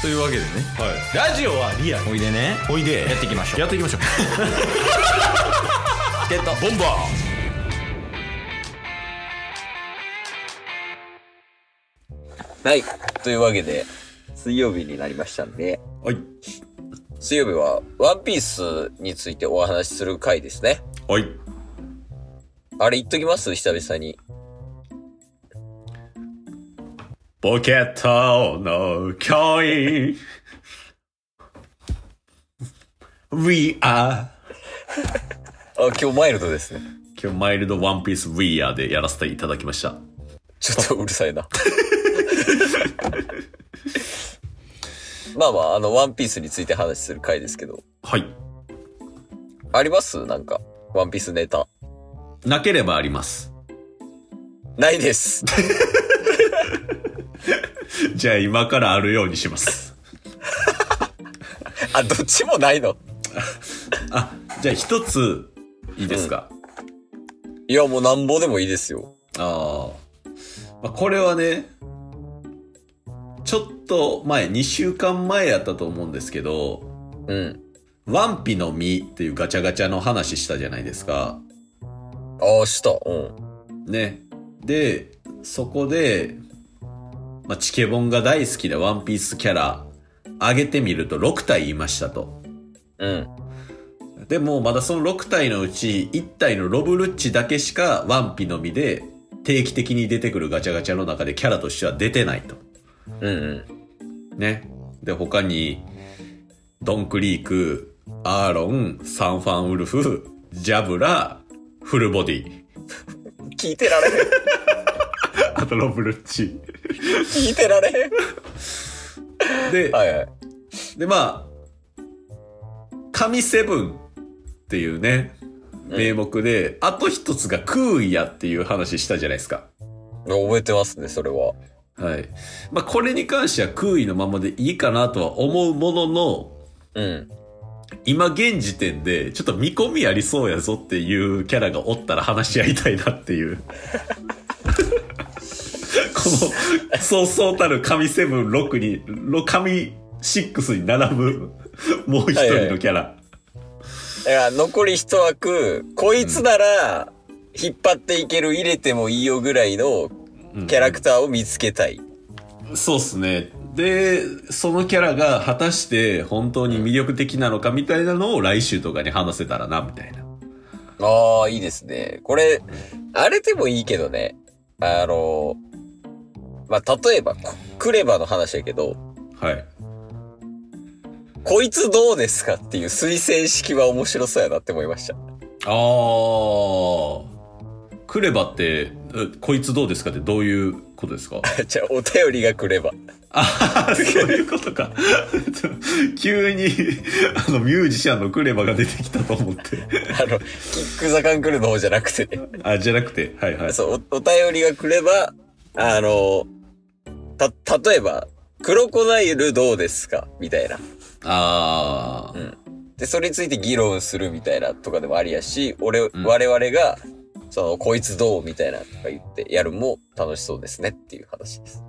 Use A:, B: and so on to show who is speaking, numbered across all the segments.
A: というわけでね
B: はい、ラジオはリアル
A: おいでね
B: おいで
A: やっていきましょう
B: やっていきましょう
A: ゲット
B: ボンバ
C: はい。というわけで、水曜日になりましたんで、
B: ーはい
C: 水曜日はワンピースについてお話しする回ですね。
B: はい
C: あれ言っときます久々に。
B: ポケットの教員 We are
C: あ、今日マイルドですね。
B: 今日マイルドワンピース We are でやらせていただきました
C: ちょっとうるさいな。まあまあ、あの、ワンピースについて話しする回ですけど。
B: はい
C: ありますなんか、ワンピースネタ。
B: なければあります
C: ないです。
B: じゃあ今からあるようにします
C: あ、どっちもないの
B: あじゃあ一ついいですか、
C: いや、もうなんぼでもいいですよ。
B: ああ、まあ、これはねちょっと前2週間前やったと思うんですけど
C: うん。
B: 「ワンピの実」っていうガチャガチャの話したじゃないですか
C: ああ、した。うん。
B: ねでそこで、まあ、チケボンが大好きなワンピースキャラ上げてみると6体いましたと
C: うん。
B: でもまだその6体のうち1体のロブルッチだけしかワンピの実で定期的に出てくるガチャガチャの中でキャラとしては出てないと
C: うんうん。
B: ね。で、他に、ドンクリーク、アーロン、サンファンウルフ、ジャブラ、フルボディ。
C: 聞いてられへん。
B: あとロブルッチ。
C: 聞いてられへん。
B: で、
C: はいはい。
B: で、まあ、神セブンっていうね、名目で、あと一つがクーンやっていう話したじゃないですか。
C: 覚えてますね、それは。
B: はい。まあ、これに関しては空位のままでいいかなとは思うものの、
C: うん。
B: 今現時点でちょっと見込みありそうやぞっていうキャラがおったら話し合いたいなっていう このそうそうたる神セブン6にろ神6に並ぶもう一人のキャラ、
C: だから残り一枠、こいつなら、引っ張っていける入れてもいいよぐらいの
B: うん
C: キャラクターを見つけたい。
B: そうっすねでそのキャラが果たして本当に魅力的なのかみたいなのを来週とかに話せたらなみたいな
C: ああ、いいですね。これ、荒れてもいいけどね。あの、まあ、例えば、こクレバの話やけど、
B: はい
C: こいつどうですかっていう推薦式は面白そうやなって思いました。
B: あークレバってえこいつどうですかってどういうことですか
C: じゃあ、お便りがクレバ。
B: ああ、そういうことか。 急に、あの、ミュージシャンのクレバが出てきたと思って。
C: あの、キックザカンクルの方じゃなくてね。
B: あ、じゃなくて、はいはい。
C: そう、おお便りが来れば、あの、た、例えば、クロコダイルどうですかみたいな。
B: ああ、
C: で、それについて議論するみたいなとかでもありやし、俺、我々が、その、こいつどうみたいなとか言ってやるも楽しそうですねっていう話です。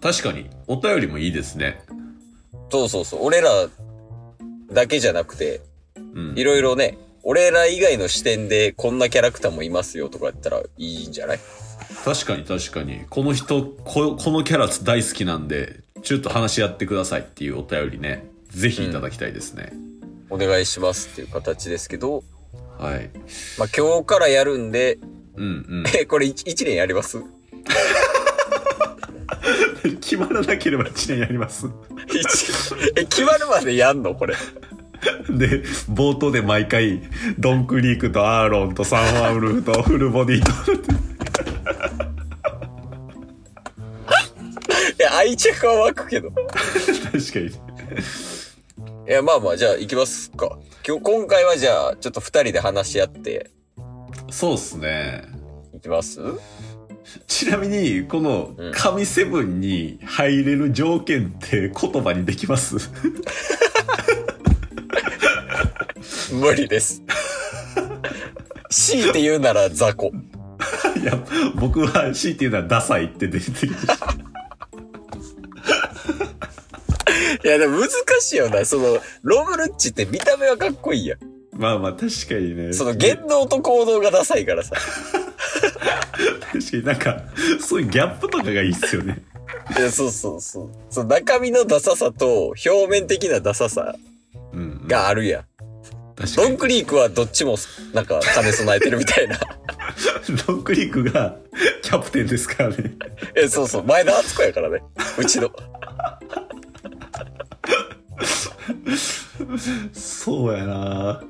B: 確かに、お便りもいいですね。
C: そうそうそう。俺らだけじゃなくて、
B: うん
C: い。ろいろね、俺ら以外の視点でこんなキャラクターもいますよとかやったらいいんじゃない
B: 確かに確かに。この人、ここのキャラ大好きなんで、ちょっと話し合ってくださいっていうお便りね、ぜひいただきたいですね。
C: お願いしますっていう形ですけど、
B: はい。
C: まあ、今日からやるんで、
B: うん
C: え、これ 1, 年やります
B: うん。 決まらなければ1年やります。
C: 一え、決まるまでやんのこれ。
B: で、冒頭で毎回、ドンクリークとアーロンとサンワウルフ とフルボディと。
C: いや、愛着は湧くけど。い
B: 確かに。
C: や、まあまあ、じゃあ行きますか。今日、今回はじゃあ、ちょっと二人で話し合って
B: そうっすね。
C: いきます
B: ちなみに、この
C: うん、
B: 神セブンに入れる条件って言葉にできます
C: 無理です。強いて言うなら雑魚。
B: いや、僕は C っていうのはダサいって出てきました。
C: いや、でも難しいよな。その、ロブルッチって見た目はかっこいいやん。
B: まあまあ確かにね
C: その言動と行動がダサいからさ。
B: 確かになんかそういうギャップとかがいいっすよね
C: いやそうそうそう。その中身のダサさと表面的なダサさ
B: うんうん
C: があるやん。
B: 確か
C: ド
B: に
C: ンクリークはどっちもなんか兼ね備えてるみた いな。
B: ドンクリックが キャプテンですからね
C: え、そうそう。前田敦子やからね。うちの。
B: そうやな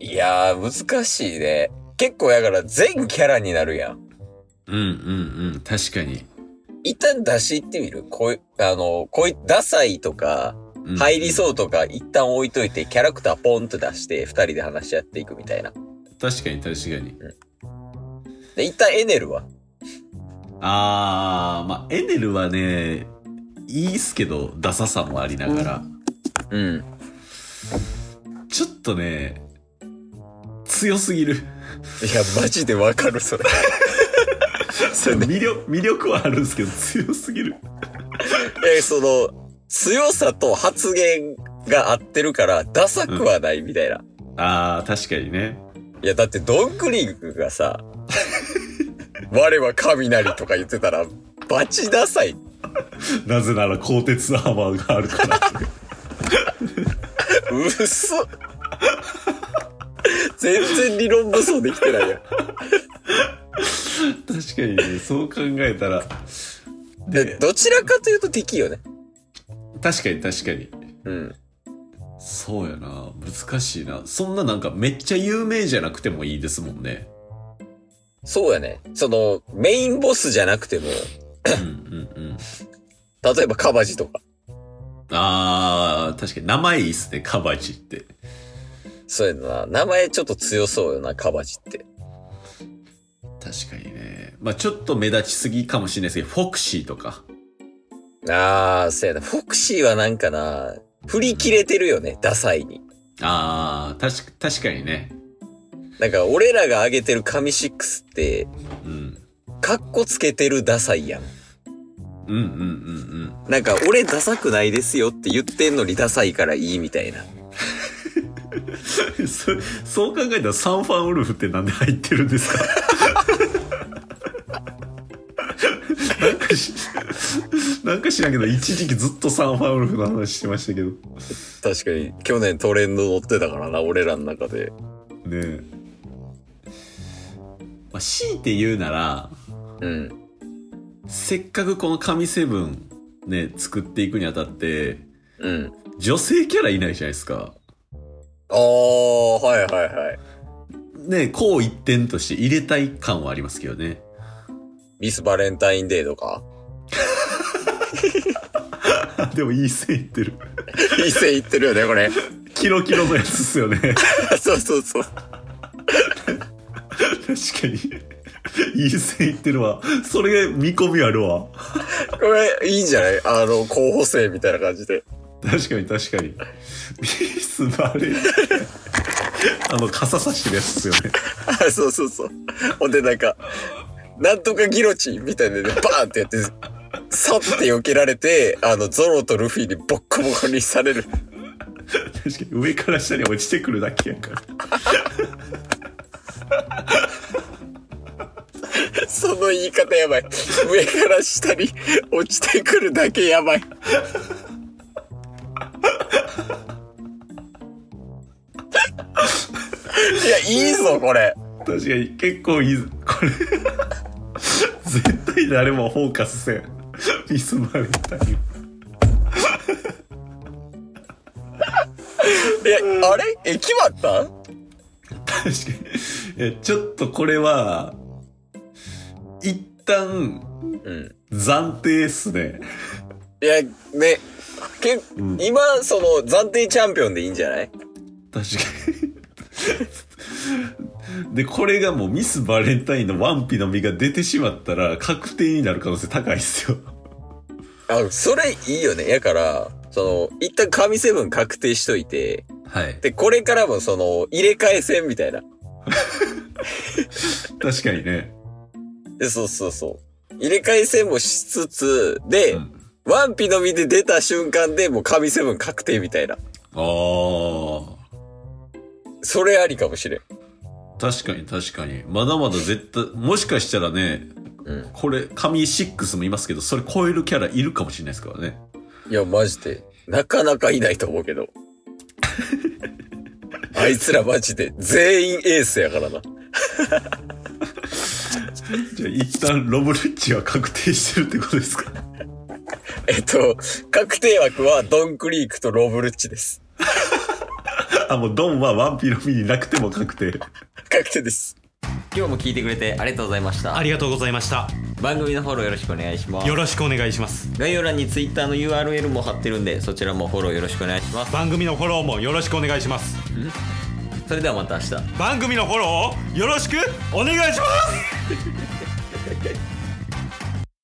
B: い
C: やー、難しいね。結構やから全キャラになるやん。
B: うんうんうん確かに、
C: 一旦出し入ってみるこい、あの、こい、ダサいとか、
B: うん
C: 入りそうとか、一旦置いといて、キャラクターポンと出して、二人で話し合っていくみたいな。
B: 確かに確かに
C: で、一旦エネルは。
B: あーまあエネルはねいいっすけどダサさもありながら、
C: うん。
B: ちょっとね強すぎる
C: いや、マジでわかる、それ。
B: それ魅力魅力はあるんですけど強すぎる
C: え、その、強さと発言が合ってるから、ダサくはないみたいな。
B: あー確かにね
C: いや、だって、ドンクリークがさ、我は雷とか言ってたら、バチダサい。
B: なぜなら鋼鉄アーマーがある から
C: うっそ。全然理論武装できてないやん。
B: 確かにねそう考えたら
C: で、どちらかというと敵よね。
B: 確かに確かに
C: うん。
B: そうやな難しいなそんななんかめっちゃ有名じゃなくてもいいですもんね
C: そうやね。その、メインボスじゃなくても、
B: うんうんうん
C: 例えばカバジとか。
B: あー確かに名前いいっすねカバジって
C: そうやな。名前ちょっと強そうよな、カバジって。
B: 確かにねまあちょっと目立ちすぎかもしれないですけどフォクシーとか
C: あー、そうやな。フォクシーはなんかな、振り切れてるよね、ダサいに。
B: あー確か確かにね
C: なんか、俺らが挙げてる神シックスって、
B: うん
C: カッコつけてるダサいやん。
B: うんうんうん
C: なんか、俺ダサくないですよって言ってんのにダサいからいいみたいな。
B: うん そそう考えたらサンファンウルフってなんで入ってるんですかなんかしなんか知らんけど一時期ずっとサンファンウルフの話してましたけど
C: 確かに、去年トレンド乗ってたからな、俺らの中で。
B: ねえ、まあ、強いて言うなら
C: うん。
B: せっかくこの神セブンね作っていくにあたって
C: うん。
B: 女性キャラいないじゃないですか
C: あー、はいはいはい。
B: ねこう一点として入れたい感はありますけどね
C: ミスバレンタインデーとか
B: あでもいい線いってる
C: 一斉言ってるよね、これ。
B: キロキロのやつっすよね確
C: そうそうそう。
B: かにいい線いってるわそれ見込みあるわ
C: これ、いいんじゃないあの、候補生みたいな感じで。
B: 確かに確かにミスバレンあの傘さしてるやつっすよね
C: あそうそうそう。ほんで、なんか、なんとかギロチンみたいなので、バーンってやって、さって避けられて、あの、ゾロとルフィにボッコボコにされる。
B: 確かに上から下に落ちてくるだけやから
C: その言い方やばい。上から下に落ちてくるだけやばい。いや、いいぞ、これ。
B: 確かに結構いいこれ絶対誰もフォーカスせんミスバレンタイン
C: え、あれえ、決まっ
B: 確
C: た
B: かにいやちょっとこれは一旦
C: うん。
B: 暫定っすね
C: いや、ね、け
B: うん
C: 今、その、暫定チャンピオンでいいんじゃない
B: 確かにでこれがもうミスバレンタインのワンピの実が出てしまったら確定になる可能性高いっすよ
C: あ、それいいよね。やから、その、一旦神セブン確定しといて、
B: はい
C: で、これからもその、入れ替え戦みたいな。
B: 確かにね
C: で、そうそうそう。入れ替え戦もしつつ、で、
B: うん
C: ワンピの実で出た瞬間でもう神セブン確定みたいな。
B: あ
C: それありかもしれん。
B: あ。確かに確かに。まだまだ絶対、もしかしたらね、
C: うん。
B: これ、神6もいますけど、それ超えるキャラいるかもしれないですからね。
C: いや、マジで。なかなかいないと思うけど。あいつらマジで全員エースやからな。
B: じゃあ一旦ロブリッチは確定してるってことですか
C: えっと、確定枠はドンクリークとロブルッチです。
B: あ、もうドンはワンピの身になくても確定。
C: 確定です。
A: 今日も聞いてくれてありがとうございました
D: ありがとうございました
A: 番組のフォローよろしくお願いします
D: よろしくお願いします
A: 概要欄に Twitter の URL も貼ってるんでそちらもフォローよろしくお願いします
D: 番組のフォローもよろしくお願いします
A: それではまた明日
D: 番組のフォローをよろしくお願いします